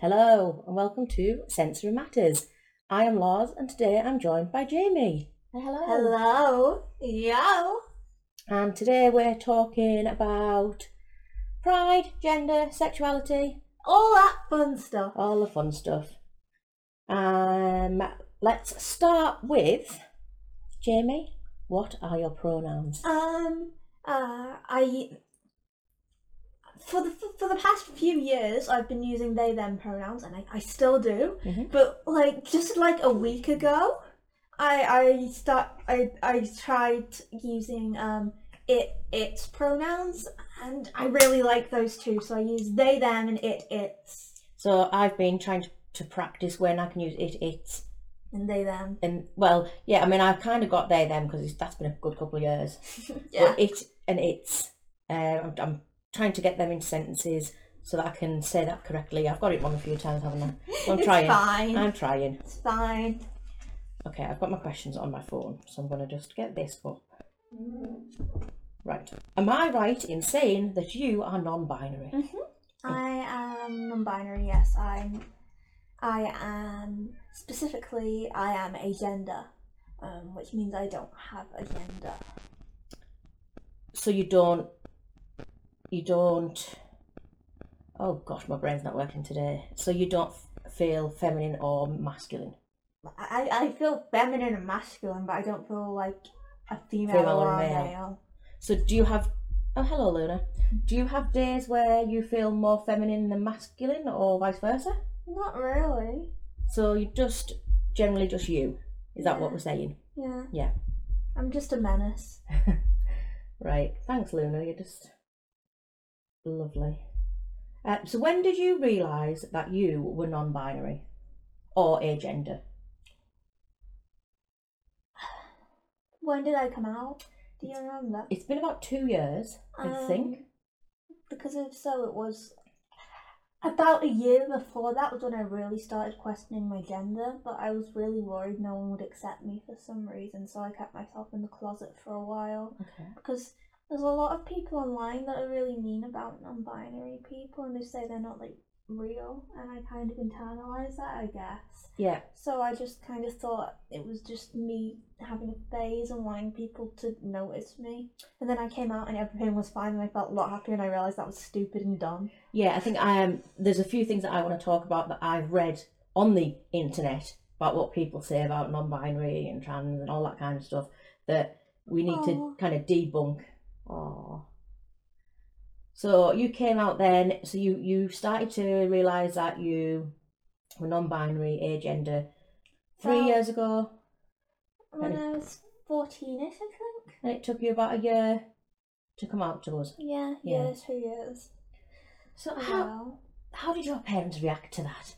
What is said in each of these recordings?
Hello and welcome to Sensory Matters. I am Lars and today I'm joined by Jamie. Say Hello. Hello. Yo. And today we're talking about pride, gender, sexuality, All that fun stuff. all the fun stuff. Um, let's start with Jamie. What are your pronouns? Um. Uh. I. For the for the past few years, I've been using they them pronouns, and I, I still do. Mhm. But like just like a week ago, I I start I I tried using um it its pronouns, and I really like those two, so I use they them and it its So I've been trying to, to practice when I can use it, it, and they them. and well, yeah. I mean, I've kind of got there then because that's been a good couple of years. Yeah. But it and it's. Uh, I'm, I'm trying to get them into sentences so that I can say that correctly. I've got it wrong a few times, haven't I? But I'm it's trying. fine. I'm trying. it's fine. Okay, I've got my questions on my phone, so I'm going to just get this up. Mm. Right. Am I right in saying that you are non-binary? I am non-binary. Yes, I'm. I am specifically. I am a gender, um, which means I don't have a gender. So you don't. You don't. Oh gosh, my brain's not working today. So you don't f- feel feminine or masculine, I, I feel feminine and masculine, but I don't feel like a female, Female or or a male. male. So do you have? Oh, hello, Luna. Do you have days where you feel more feminine than masculine, or vice versa? Not really. So you just generally just you. Is that what Yeah. we're saying? Yeah. Yeah. I'm just a menace. Right. Thanks, Luna. You're just lovely. Uh, so when did you realise that you were non-binary or agender? When did I come out? Do you remember? It's been about two years, I Um, think. Because if so, it was about a year before that was when I really started questioning my gender, but I was really worried no one would accept me for some reason, so I kept myself in the closet for a while. Okay. Because there's a lot of people online that are really mean about non binary people and they say they're not like real, and I kind of internalised that, I guess. Yeah. So I just kind of thought it was just me having a phase and wanting people to notice me. And then I came out and everything was fine and I felt a lot happier and I realised that was stupid and dumb. Yeah, I think I am. There's a few things that I want to talk about that I've read on the internet about what people say about non-binary and trans and all that kind of stuff that we need to Aw. kind of debunk. Oh. So you came out then. So you you started to realise that you were non-binary, agender, three Well- years ago, When Right. I was 14 ish, I think. and it took you about a year to come out to us. Yeah, Yeah. yeah, two years. So how Wow. how did your parents react to that?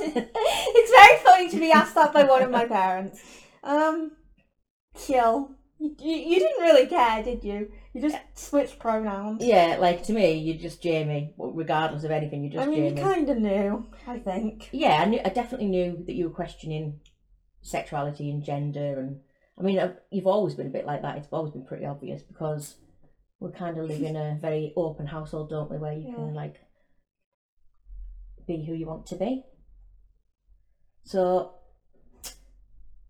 it's very funny to be asked that by one of my parents. Um, chill. You, you, you didn't really care, did you? You just switched pronouns. Yeah, like to me, you're just Jamie, regardless of anything. You're just I mean, Jamie. you kind of knew, I think. Yeah, I, knew, I definitely knew that you were questioning sexuality and gender, and I mean, I've, you've always been a bit like that. It's always been pretty obvious because we kind of live in a very open household, don't we, where you Yeah. can like be who you want to be. So,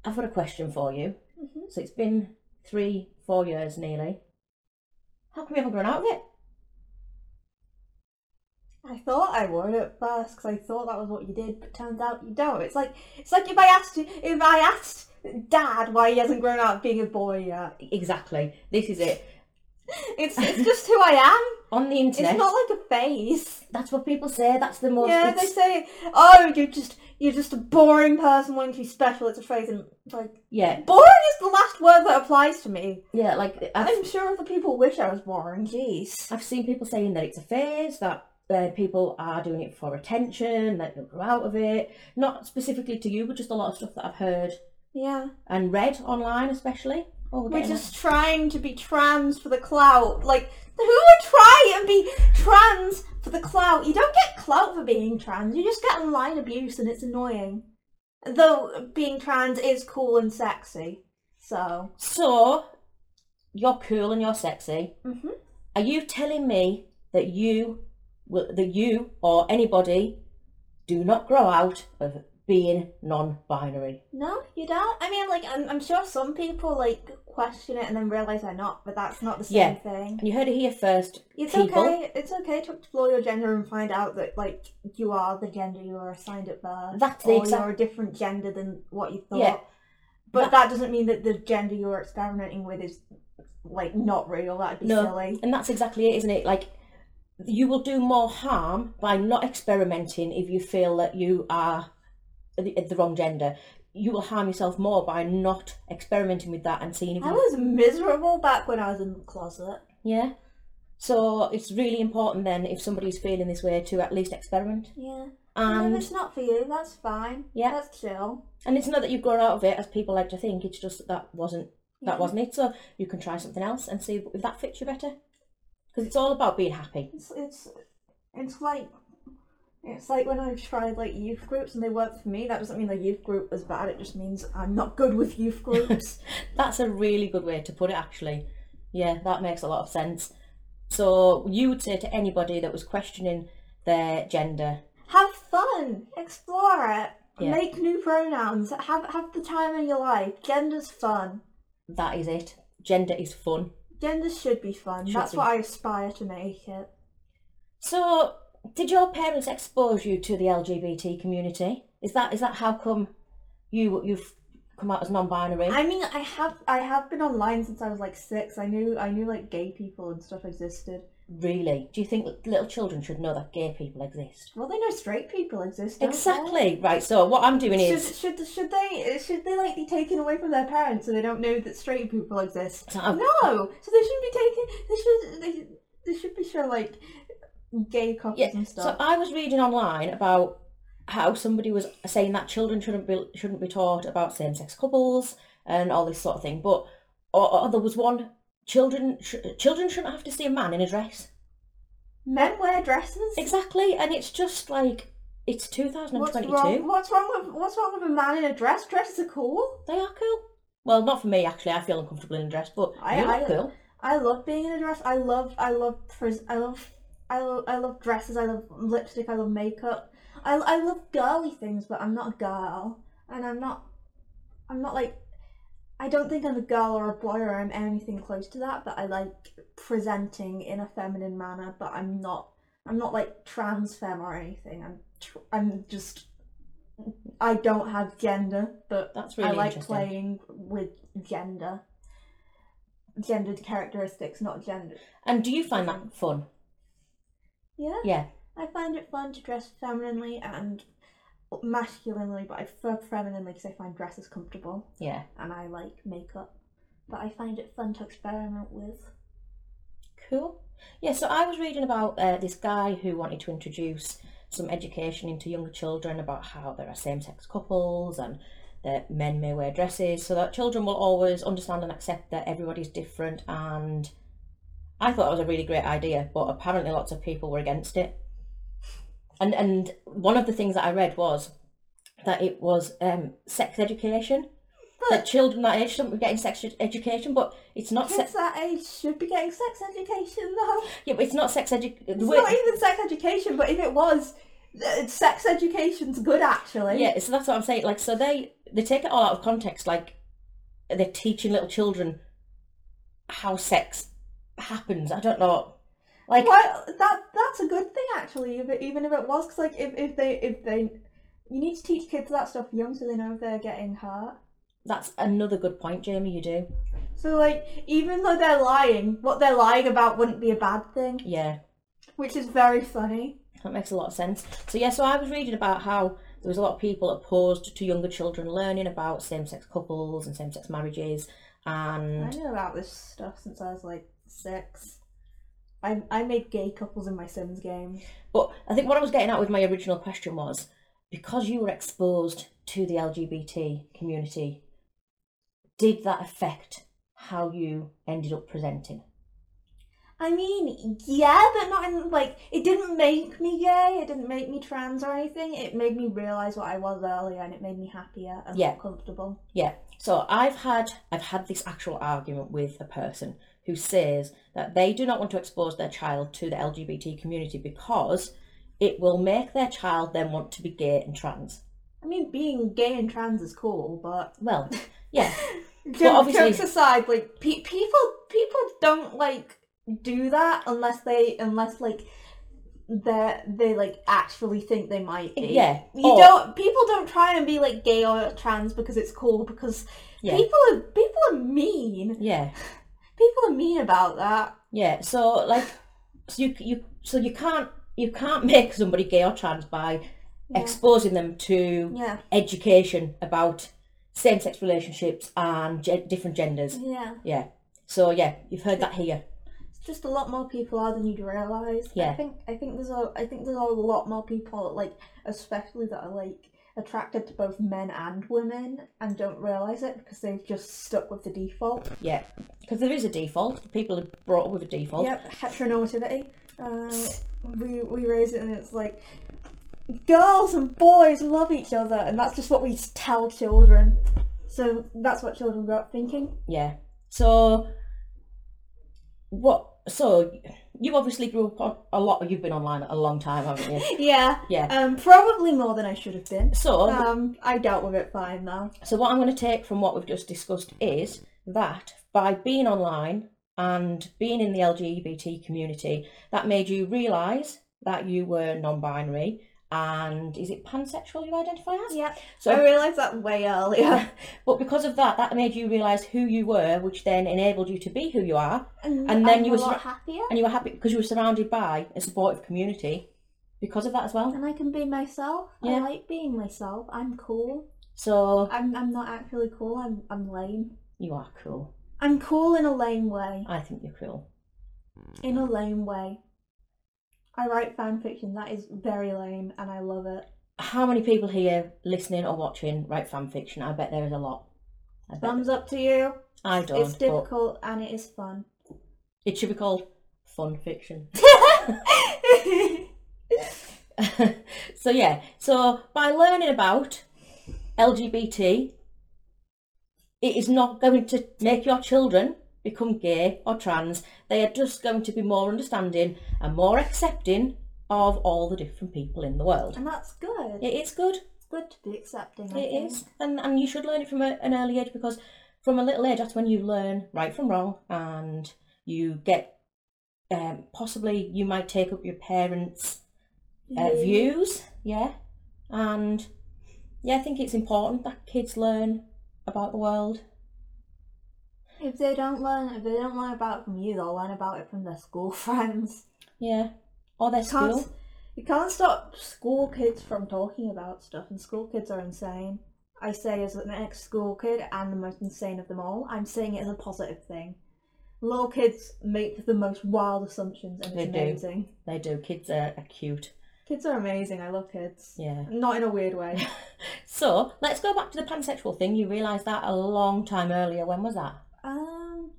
I've got a question for you. hmm So it's been three, four years nearly. How come you haven't grown out of it? I thought I would at first because I thought that was what you did, but turns out you don't. It's like it's like if I asked you, if I asked Dad why he hasn't grown up being a boy yet. Exactly. This is it. It's it's just who I am. on the internet. It's not like a phase. that's what people say. That's the most. yeah, it's- they say, oh, you're just you're just a boring person wanting to be special. It's a phrase, and like yeah, boring is the last word that applies to me. yeah. Like I've, I'm sure other people wish I was boring. Jeez. I've seen people saying that it's a phase that uh, people are doing it for attention, that they'll grow out of it. Not specifically to you, but just a lot of stuff that I've heard Yeah, and read online, especially. Oh, we're we're getting just trying to be trans for the clout. Like who would try and be trans for the clout? You don't get clout for being trans. You just get online abuse, and it's annoying. Though being trans is cool and sexy. So. so you're cool and you're sexy. Mhm. Are you telling me that you will- that you or anybody do not grow out of being non-binary. No, you don't. I mean, like, I'm, I'm sure some people, like, question it and then realise they're not, but that's not the same Yeah. thing. And you heard it here first. It's people. okay. It's okay to explore your gender and find out that, like, you are the gender you were assigned at birth. That's the or exact- Oh, you're a different gender than what you thought. Yeah. But that doesn't mean that the gender you're experimenting with is, like, not real. That'd be No. silly. And that's exactly it, isn't it? Like, you will do more harm by not experimenting if you feel that you are the, the wrong gender. You will harm yourself more by not experimenting with that and seeing if I you was miserable back when I was in the closet. Yeah. So it's really important then if somebody's feeling this way to at least experiment. Yeah. And if And it's not for you, that's fine. Yeah. That's chill. and it's not that you've grown out of it as people like to think, it's just that, that wasn't Yeah. that wasn't it. So you can try something else and see if that fits you better. Because it's all about being happy. It's it's it's like it's like when I've tried like youth groups and they work for me. That doesn't mean the youth group was bad. It just means I'm not good with youth groups. That's a really good way to put it actually. Yeah, that makes a lot of sense. So you would say to anybody that was questioning their gender, have fun, explore it, Yeah. make new pronouns. Have have the time in your life. Gender's fun. that is it. Gender is fun. Gender should be fun. Should That's be. what I aspire to make it. So, did your parents expose you to the LGBT community? Is that is that how come you you've come out as non-binary? I mean, I have I have been online since I was like six. I knew I knew like gay people and stuff existed. Really? Do you think little children should know that gay people exist? Well, they know straight people exist. don't they? Exactly. Right. So what I'm doing Should, is should should they should they like be taken away from their parents so they don't know that straight people exist? So um, I've- no, so they shouldn't be taken. They should they, they should be shown like gay couples yeah. and So stuff. I was reading online about how somebody was saying that children shouldn't be shouldn't be taught about same-sex couples and all this sort of thing. But or, or there was one children sh- children shouldn't have to see a man in a dress. Men wear dresses. Exactly, and it's just like it's 2022. What's wrong? What's wrong with what's wrong with a man in a dress? Dresses are cool. They are cool. Well, not for me actually. I feel uncomfortable in a dress, but I- you look I- cool. I love being in a dress. I love I love pres- I love I love I love dresses. I love lipstick. I love makeup. I I love girly things, but I'm not a girl, and I'm not I'm not like I don't think I'm a girl or a boy or I'm anything close to that. But I like presenting in a feminine manner. But I'm not I'm not like trans femme or anything. I'm tr- I'm just I don't have gender, but That's really I like interesting. playing with gender gendered characteristics, not gender. And do you find that fun? Yeah, Yeah, I find it fun to dress femininely and masculinely, but I prefer femininely because I find dresses comfortable yeah, and I like makeup. But I find it fun to experiment with. cool. Yeah, so I was reading about uh, this guy who wanted to introduce some education into younger children about how there are same-sex couples and that men may wear dresses, so that children will always understand and accept that everybody's different. And I thought that was a really great idea, but apparently lots of people were against it. and and one of the things that I read was that it was um, sex education. That children that age shouldn't be getting sex ed- education, but it's not Kids sex. that age should be getting sex education though. Yeah, but it's not sex education. It's not even sex education, but if it was, th- sex education's good actually. Yeah, so that's what I'm saying. Like, so they they take it all out of context. Like, they're teaching little children how sex happens. I don't know. Like, Well, that that's a good thing actually. If it, even if it was, 'cause, like if, if they if they, you need to teach kids that stuff young so they know if they're getting hurt. that's another good point, Jamie. You do. So like even though they're lying, what they're lying about wouldn't be a bad thing, Yeah. which is very funny. That makes a lot of sense. So yeah, so I was reading about how there was a lot of people opposed to younger children learning about same-sex couples and same-sex marriages, I and know about this stuff since I was like six. I I made gay couples in my Sims games. but I think what I was getting at with my original question was because you were exposed to the LGBT community, did that affect how you ended up presenting? I mean, yeah, but not in like it didn't make me gay. It didn't make me trans or anything. It made me realize what I was earlier, and it made me happier and Yeah. more comfortable. Yeah. So I've had I've had this actual argument with a person who says that they do not want to expose their child to the LGBT community because it will make their child then want to be gay and trans. I mean, being gay and trans is cool, but Well, yeah, Joke- obviously- jokes aside, like pe- people people don't like do that unless they unless like they they like actually think they might be. Yeah, you or- don't. People don't try and be like gay or trans because it's cool because yeah, people are people are mean. yeah, People are mean about that. yeah. So like, so you you so you can't you can't make somebody gay or trans by Yeah. exposing them to Yeah, education about same-sex relationships and ge- different genders. yeah. Yeah. So yeah, you've heard that here. It's just a lot more people are than you'd realize. I Yeah. think I think there's a I think there's a lot more people like especially that are like attracted to both men and women and don't realize it because they've just stuck with the default. Yeah. Because there is a default. People are brought up with a default. Yep, heteronormativity. Uh, we we raise it and it's like girls and boys love each other and that's just what we tell children. So that's what children grow up thinking. Yeah. So what? So you obviously grew up on a lot. You've been online a long time, haven't you? Yeah. Yeah. Um, probably more than I should have been. So Um, I dealt with it fine though. So what I'm going to take from what we've just discussed is that by being online and being in the LGBT community, that made you realise that you were non-binary and is it pansexual you identify as? Yeah. So- I realised that way earlier. But because of that, that made you realise who you were, which then enabled you to be who you are, And, And then you a was- lot happier. and you were happy because you were surrounded by a supportive community because of that as well. And I can be myself. I Yeah. like being myself. I'm cool. So I'm I'm not actually cool. I'm I'm lame. you are cool. I'm cool in a lame way. I think you're cool. In a lame way. I write fan fiction. That is very lame, and I love it. How many people here listening or watching write fan fiction? I bet there is a lot. I bet Thumbs up to you. I don't. it's but difficult and it is fun. It should be called fun fiction. so yeah, so by learning about LGBT, it is not going to make your children become gay or trans. They are just going to be more understanding and more accepting of all the different people in the world. and that's good. It is good. It's good to be accepting. I It think. is, and and you should learn it from a, an early age because from a little age that's when you learn right from wrong, and you get um, possibly you might take up your parents' uh, Yeah. views, yeah, and yeah, I think it's important that kids learn about the world. If they don't learn, if they don't learn about it from you, they'll learn about it from their school friends. Yeah, or their Can't- school. You can't stop school kids from talking about stuff, and school kids are insane. I say as an ex-school kid and the most insane of them all, I'm saying it as a positive thing. Little kids make the most wild assumptions, and They it's do. amazing. They do. Kids are, are cute. Kids are amazing. I love kids. Yeah. Not in a weird way. So let's go back to the pansexual thing. You realised that a long time earlier. When was that? um,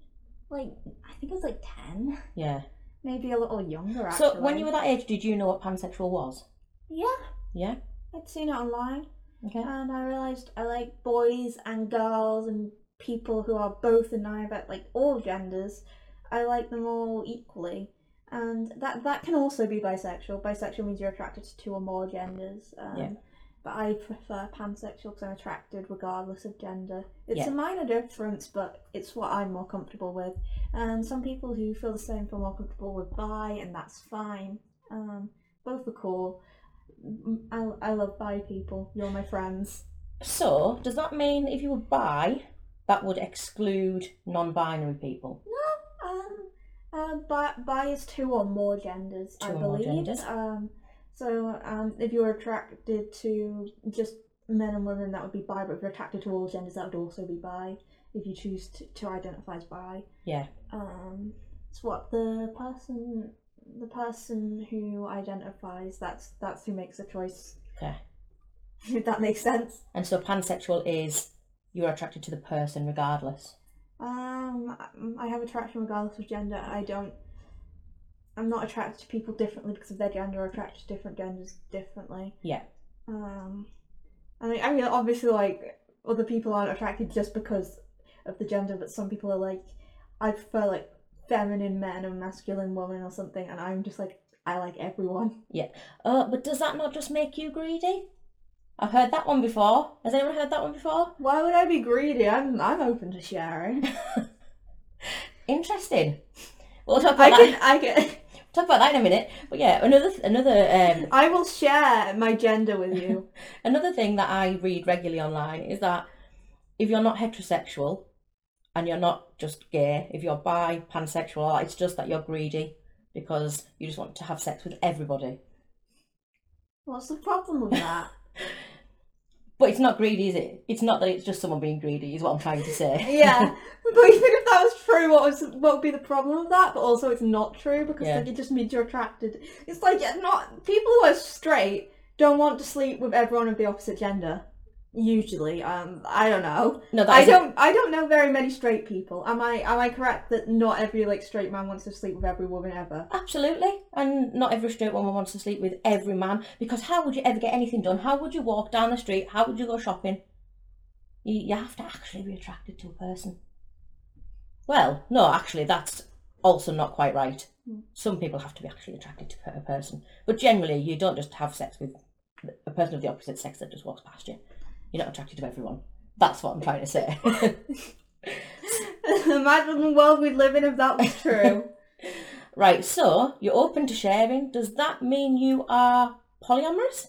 like I think I was like ten, Yeah. maybe a little younger. Actually. So when you were that age, did you know what pansexual was? yeah, Yeah. I'd seen it online. Okay. And I realised I like boys and girls and people who are both and neither, like all genders. I like them all equally. And that that can also be bisexual. Bisexual means you're attracted to two or more genders. Um, Yeah. But I prefer pansexual because I'm attracted regardless of gender. It's Yeah. a minor difference, but it's what I'm more comfortable with. And some people who feel the same feel more comfortable with bi, and that's fine. Um, both are cool. Mm, I, I love bi people. You're my friends. So, does that mean if you were bi, that would exclude non binary people? Um, um, bi, bi is two or more genders, I Two or more believe. genders. Um, so um, if you're attracted to just men and women, that would be bi. But if you're attracted to all genders, that would also be bi. If you choose to, to identify as bi, Yeah, um, it's what the person the person who identifies that's that's who makes the choice. okay. If that makes sense. And so, pansexual is you're attracted to the person regardless. Um, I- I have attraction regardless of gender. I don't. I'm not attracted to people differently because of their gender. or attracted to different genders differently. Yeah, Um, I mean, I mean, obviously, like other people aren't attracted just because of the gender, but some people are like, I prefer like feminine men and masculine women or something, and I'm just like, I like everyone. Uh, but does that not just make you greedy? I've heard that one before. Has anyone heard that one before? Why would I be greedy? I'm I'm open to sharing. Interesting. We'll talk I about can that. I can Talk about that in a minute. But yeah, another another um, I will share my gender with you. Another thing that I read regularly online is that if you're not heterosexual and you're not just gay, if you're bi, pansexual, it's just that you're greedy because you just want to have sex with everybody. What's the problem with that? But it's not greedy, is it? It's not that it's just someone being greedy, is what I'm trying to say. yeah. But even if that was true, what was what would be the problem with that? But also it's not true because Yeah. like it just means you're attracted. It's like it's not people who are straight don't want to sleep with everyone of the opposite gender. Usually. Um I don't know. No, that I isn't- don't. I don't know very many straight people. Am I? Am I correct that not every like straight man wants to sleep with every woman ever? Absolutely. And not every straight woman wants to sleep with every man because how would you ever get anything done? How would you walk down the street? How would you go shopping? You, you have to actually be attracted to a person. Well, no, actually, that's also not quite right. Some people have to be actually attracted to a person. But generally, you don't just have sex with a person of the opposite sex that just walks past you. You're not attracted to everyone. That's what I'm trying to say. Imagine the world we'd live in if that was true. right, so you're open to sharing. Does that mean you are polyamorous?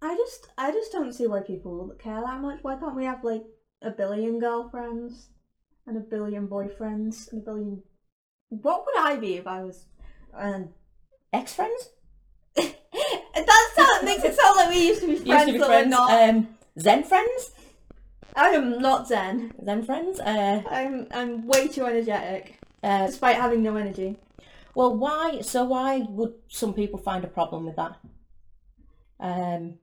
I just. I just don't see why people care that much. Why can't we have like a billion girlfriends and a billion boyfriends and a billion? What would I be if I was? Um, Ex friends? that sound, makes it sound like we used to be used friends, to be but friends. we're not. Um, Zen friends, I am not Zen. Zen friends. Uh, I'm. I'm way too energetic, uh, despite having no energy. well, why? So why would some people find a problem with that? Um,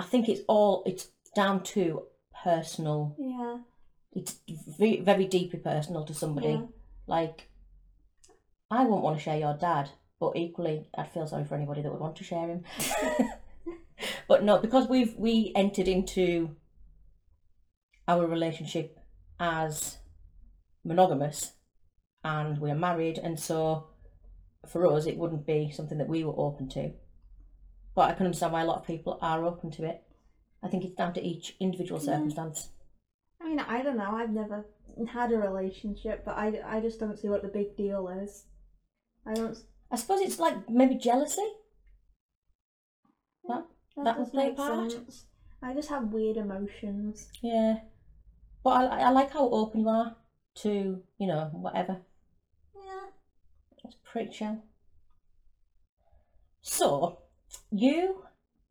I think it's all it's down to personal. Yeah. It's very, very deeply personal to somebody. Yeah. Like, I wouldn't want to share your dad, but equally, I'd feel sorry for anybody that would want to share him. but no, because we've we entered into our relationship as monogamous, and we're married, and so for us, it wouldn't be something that we were open to. But I can understand why a lot of people are open to it. I think it's down to each individual circumstance. I mean, I don't know. I've never had a relationship, but I, I just don't see what the big deal is. I don't. I suppose it's like maybe jealousy. That, That, That does would play make a part. sense. I just have weird emotions. yeah. But I, I like how open you are to, you know, whatever. Yeah. It's pretty chill. So, you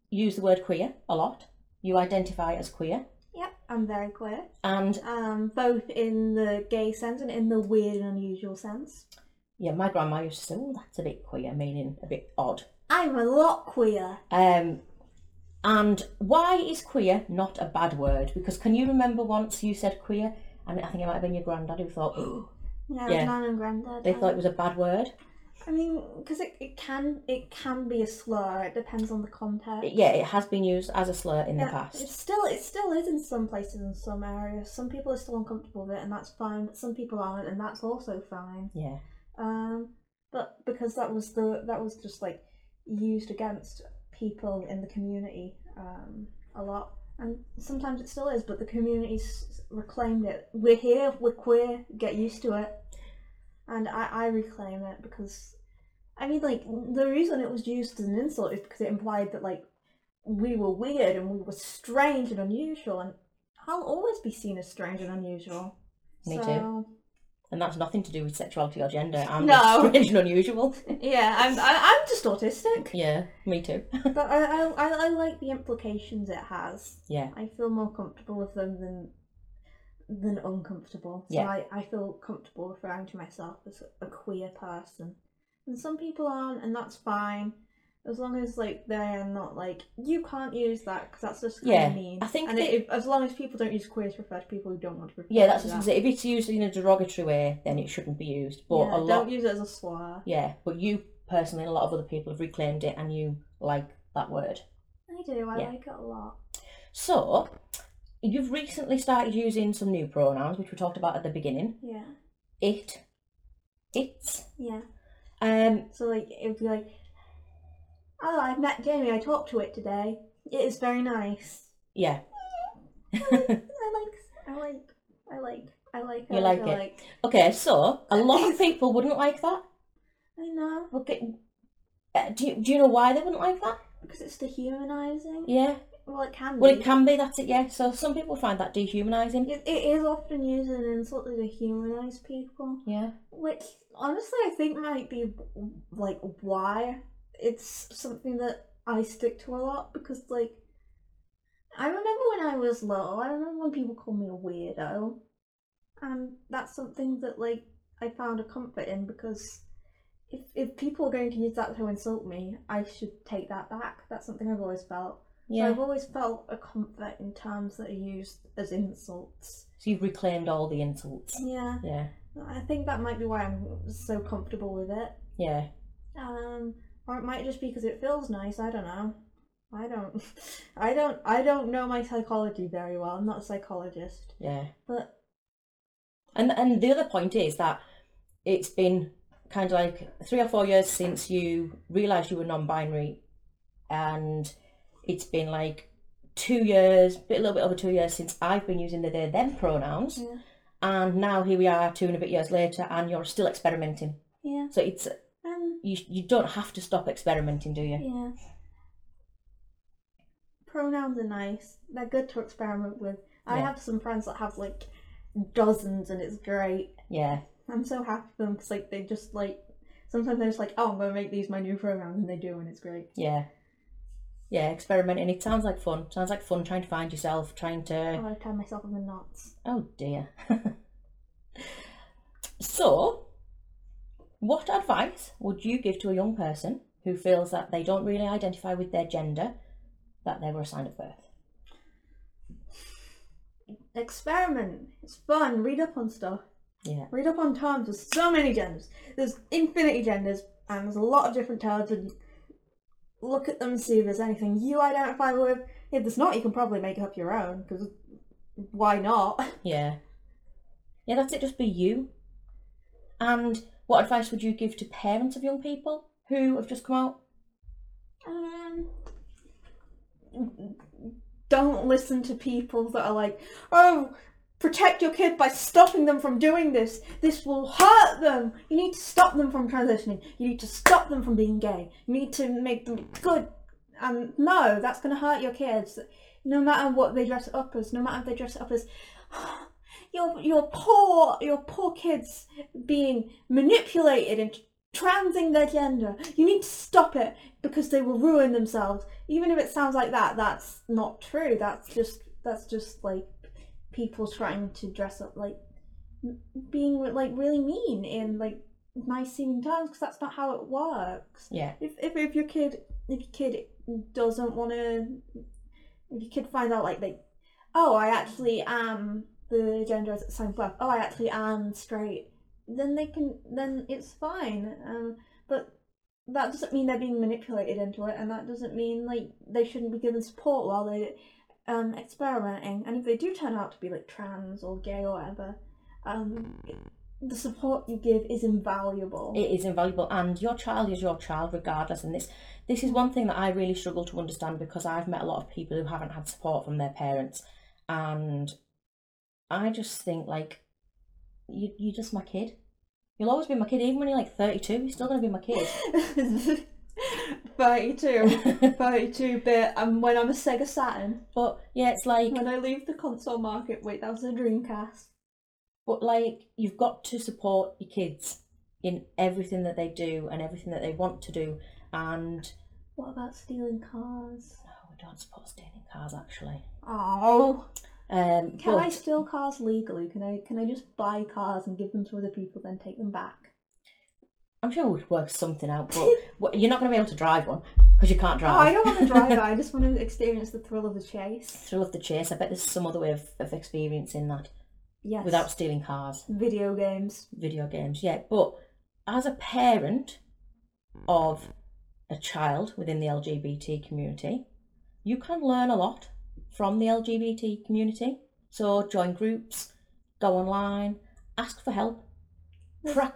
use the word queer a lot. You identify as queer. Yep. I'm very queer. And Um, both in the gay sense and in the weird and unusual sense. yeah, my grandma used to say, oh, that's a bit queer, meaning a bit odd. I'm a lot queer. Um, and why is queer not a bad word? Because can you remember once you said queer, and I think it might have been your granddad who thought "Ooh," Yeah, Yeah. nan and granddad. they I- thought it was a bad word. I mean, because it, it can it can be a slur. It depends on the context. It- yeah, it has been used as a slur in the Yeah, It past. still it still is in some places in some areas. Some people are still uncomfortable with it and that's fine, but some people aren't and that's also fine. Yeah, Um but because that was the that was just like used against people in the community um a lot. And sometimes it still is, but the community's reclaimed it. We're here, we're queer, get used to it. And I, I reclaim it because I mean like the reason it was used as an insult is because it implied that like we were weird and we were strange and unusual and I'll always be seen as strange and unusual. Me so, and that's nothing to do with sexuality or gender. I'm No. just strange and unusual. Yeah, I'm I, I'm just autistic, yeah, me too. but I, I I- I like the implications it has. yeah, I feel more comfortable with them than than uncomfortable. So Yeah. I, I feel comfortable referring to myself as a queer person. And some people aren't, and that's fine. As long as like they're not like you can't use that because that's just kind Yeah, of mean. I think and that- if- as long as people don't use queer to refer to people who don't want to refer yeah. That's to what that. I'm saying. If it's used in a derogatory way, then it shouldn't be used. But yeah, a lot, don't use it as a slur. yeah. But you personally, and a lot of other people have reclaimed it, and you like that word. I do. I Yeah. like it a lot. So, you've recently started using some new pronouns, which we talked about at the beginning. Yeah. It it. Yeah. Um, So like it would be like, oh, I've met Jamie. I talked to it today. It is very nice. yeah. I like. I like. I like. I like. You like I it. Okay, so a lot of people wouldn't like that. I know Okay. Uh, do, you, do you know why they wouldn't like that? because it's dehumanizing. Yeah. Well, it can. Well, be. it can be, that's it, yeah. So some people find that dehumanising. It, it is often used as an insult to dehumanize people, Yeah. which honestly I think might be like why it's something that I stick to a lot because like I remember when I was little, I remember when people called me a weirdo, and that's something that like I found a comfort in because if if people are going to use that to insult me, I should take that back. That's something I've always felt. So Yeah. I've always felt a comfort in terms that are used as insults. So you've reclaimed all the insults. Yeah, Yeah. I think that might be why I'm so comfortable with it. Yeah. Um, or it might just be because it feels nice. I don't know. I don't. I don't. I don't know my psychology very well. I'm not a psychologist, Yeah. but And and the other point is that it's been kind of like three or four years since you realised you were non-binary, and it's been like two years, bit a little bit over two years since I've been using the they them pronouns, yeah, and now here we are two and a bit years later, and you're still experimenting. yeah, So it's um, you you don't have to stop experimenting, do you? yeah. Pronouns are nice. They're good to experiment with. I Yeah. have some friends that have like dozens, and it's great. Yeah, I'm so happy for them because like they just like sometimes they're just like, oh, I'm gonna make these my new pronouns, and they do, and it's great. yeah, yeah. Experimenting. It sounds like fun. Sounds like fun trying to find yourself, trying I to. want to tie myself in the knots. Oh dear. so, what advice would you give to a young person who feels that they don't really identify with their gender that they were assigned at birth? Experiment. It's fun. Read up on stuff. Yeah, Read up on terms. There's so many genders. There's infinity genders, and there's a lot of different terms. And look at them and see if there's anything you identify with. If there's not, you can probably make up your own. Because why not? yeah, yeah. That's it. Just be you. And what advice would you give to parents of young people who have just come out? Um, don't listen to people that are like, oh, protect your kid by stopping them from doing this. This will hurt them. You need to stop them from transitioning. You need to stop them from being gay. You need to make them good. Um, no, that's going to hurt your kids. No matter what they dress up as, no matter if they dress up as your your poor your poor kids being manipulated and transing their gender. You need to stop it because they will ruin themselves. Even if it sounds like that, that's not true. That's just that's just like people trying to dress up like m- being like really mean in like nice seeming terms because that's not how it works. Yeah, If if, if your kid if your kid doesn't want to if your kid finds out like they oh I actually am the gender as assigned birth oh I actually am straight then they can then it's fine um but that doesn't mean they're being manipulated into it and that doesn't mean like they shouldn't be given support while they um experimenting and if they do turn out to be like trans or gay or whatever um the support you give is invaluable it is invaluable, and your child is your child regardless. And this this is one thing that I really struggle to understand because I've met a lot of people who haven't had support from their parents, and I just think like you you're just my kid. You'll always be my kid, even when you're like 32. You're still gonna be my kid. 32 32 bit and when i'm a sega saturn But yeah, it's like when i leave the console market wait that was a dreamcast but like you've got to support your kids in everything that they do and everything that they want to do, and what about stealing cars oh, we don't support stealing cars actually. oh Um, can but, i steal cars legally can i can i just buy cars and give them to other people then take them back I'm sure we'd work something out, but what- you're not going to be able to drive one because you can't oh i drive. don't want to drive it, i just want to experience the thrill of the chase Thrill of the chase. I bet there's some other way of, of experiencing that yes without stealing cars, video games video games. Yeah, but as a parent of a child within the LGBT community, you can learn a lot from the LGBT community. Hmm. So join groups, go online, ask for help. Pra-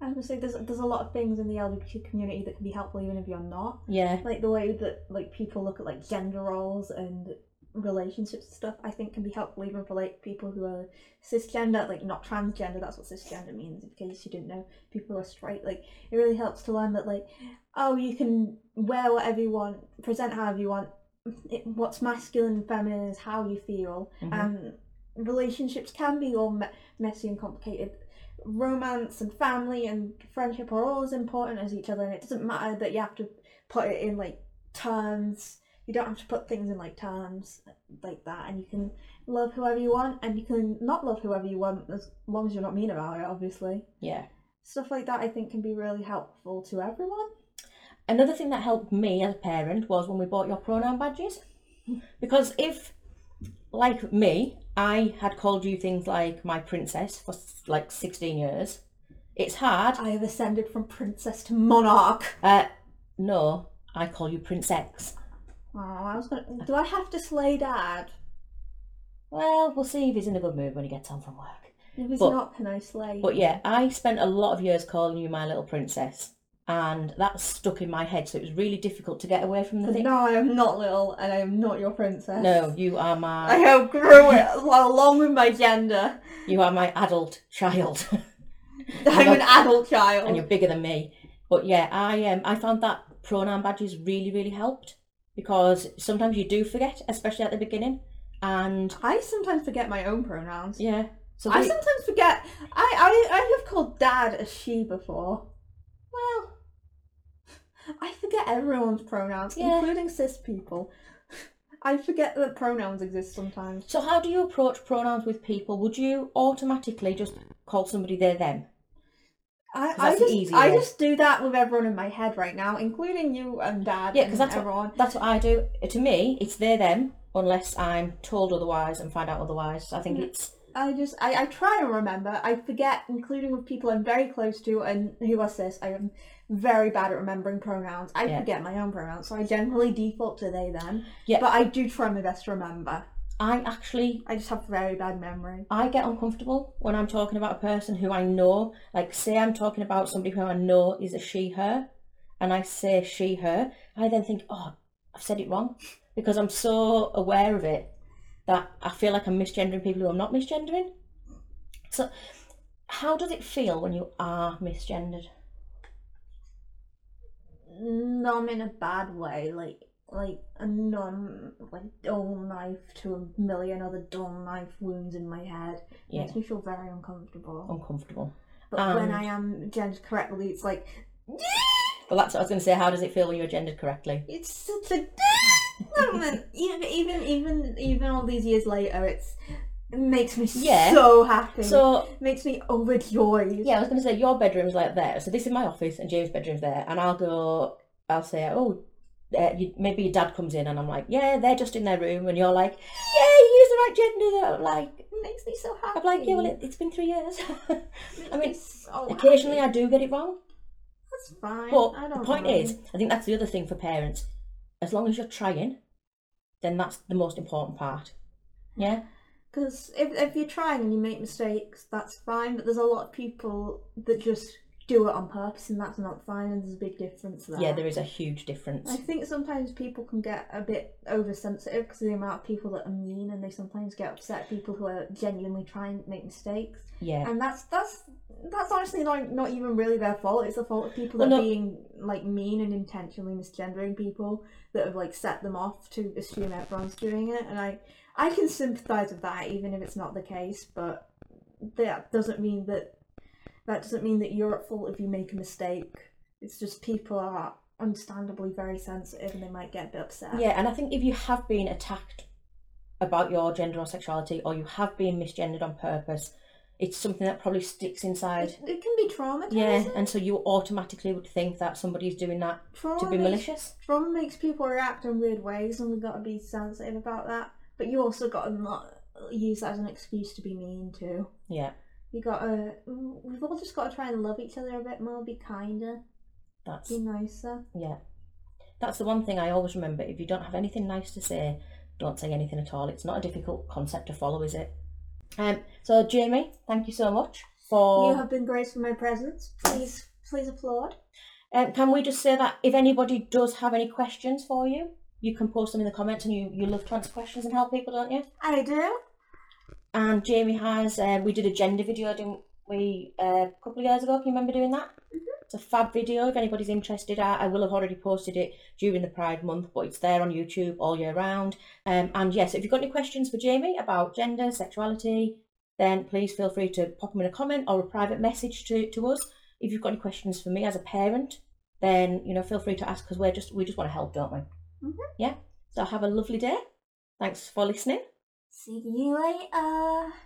I would say there's there's a lot of things in the LGBT community that can be helpful even if you're not. Yeah, Like the way that like people look at like gender roles and relationships and stuff, I think can be helpful even for like people who are cisgender, like not transgender. That's what cisgender means. In case you didn't know, people who are straight. Like it really helps to learn that like, oh, you can wear whatever you want, present however you want. It, what's masculine and feminine is how you feel. Mhm. Um, relationships can be all me- messy and complicated. Romance and family and friendship are all as important as each other, and it doesn't matter that you have to put it in like terms. You don't have to put things in like terms like that, and you can love whoever you want, and you can not love whoever you want as long as you're not mean about it, obviously. yeah. Stuff like that, I think, can be really helpful to everyone. Another thing that helped me as a parent was when we bought your pronoun badges. Because if, like me, I had called you things like my princess for s- like 16 years, it's hard. I have ascended from princess to monarch. Uh, no, I call you princess. Oh, I was gonna. Do I have to slay dad? Well, we'll see if he's in a good mood when he gets home from work. If he's But- not, can I slay? But yeah, I spent a lot of years calling you my little princess, and that stuck in my head. So it was really difficult to get away from the But thing. no, I am not little, and I am not your princess. No, you are I my have grew it along with my gender. you are my adult child, I'm an adult and you're child. bigger than me. But yeah, I um I found that pronoun badges really really helped because sometimes you do forget, especially at the beginning, and I sometimes forget my own pronouns. yeah. So I they- sometimes forget. I, I I have called dad a she before. well, I forget everyone's pronouns, Yeah. including cis people. I forget that pronouns exist sometimes. so how do you approach pronouns with people? Would you automatically just call somebody they them? I, 'Cause I that's the just easy I way. just do that with everyone in my head right now, including you and dad. Yeah, because and that's everyone. what, that's what I do. To me, it's they them unless I'm told otherwise and find out otherwise. I Mm. think it's I just I, I try and remember. I forget, including with people I'm very close to and who are cis. I am very bad at remembering pronouns. I Yeah. forget my own pronouns, so I generally default to they them. Yeah. But I do try my best to remember. I actually I just have very bad memory. I get uncomfortable when I'm talking about a person who I know. Like, say I'm talking about somebody who I know is a she, her, and I say she, her, I then think, oh, I've said it wrong because I'm so aware of it that I feel like I'm misgendering people who I'm not misgendering. So, how does it feel when you are misgendered? No, I'm in a bad way. Like like a numb, like dull knife to a million other dull knife wounds in my head. Yeah. Makes me feel very uncomfortable. Uncomfortable. But when And- I am gendered correctly, it's like Well, that's what I was going to say. How does it feel when you're gendered correctly? It's such a moment. even even even even all these years later, it's it makes me Yeah. so happy. So, It makes me overjoyed. Yeah, I was going to say your bedroom's like there. So this is my office, and James' bedroom's there. And I'll go, I'll say, oh, uh, you, maybe your dad comes in, and I'm like, yeah, they're just in their room, and you're like, yeah, you use the right gender. I'm like, It makes me so happy. I'm like, yeah, well, it, it's been three years. I mean, so occasionally I happy. do get it wrong, that's fine. but I the don't point mind. is, I think that's the other thing for parents. As long as you're trying, then that's the most important part. Yeah, Because if, if you're trying and you make mistakes, that's fine, but there's a lot of people that just do it on purpose and that's not fine, and there's a big difference there. yeah, there is a huge difference. I think sometimes people can get a bit oversensitive because of the amount of people that are mean, and they sometimes get upset at people who are genuinely trying to make mistakes. Yeah, And that's that's that's honestly not not even really their fault. It's the fault of people that Well, are no- being like mean and intentionally misgendering people that have like set them off to assume everyone's doing it. And I I can sympathise with that, even if it's not the case. But that doesn't mean that that doesn't mean that you're at fault if you make a mistake. It's just people are understandably very sensitive and they might get a bit upset. Yeah, and I think if you have been attacked about your gender or sexuality, or you have been misgendered on purpose, it's something that probably sticks inside. It, it can be traumatizing. Yeah, and so you automatically would think that somebody's doing that trauma to be makes- malicious. trauma makes people react in weird ways and we've got to be sensitive about that but you also got to not use that as an excuse to be mean too Yeah, you got to we've all just got to try and love each other a bit more be kinder that's be nicer yeah, that's the one thing I always remember. If you don't have anything nice to say, don't say anything at all. It's not a difficult concept to follow, is it? Um, so Jamie, thank you so much for. You have been graced with my presence. Please, please applaud. Um, can we just say that if anybody does have any questions for you, you can post them in the comments, and you, you love to answer questions and help people, don't you? I do. And Jamie has. Um, we did a gender video, didn't we, uh, a couple of years ago? Can you remember doing that? It's a fab video. If anybody's interested, I, I will have already posted it during the Pride Month, but it's there on YouTube all year round. Um, and yes, if you've got any questions for Jamie about gender, sexuality, then please feel free to pop them in a comment or a private message to, to us. If you've got any questions for me as a parent, then you know feel free to ask because we're just we just want to help, don't we? Mhm. Yeah. So have a lovely day. Thanks for listening. See you later.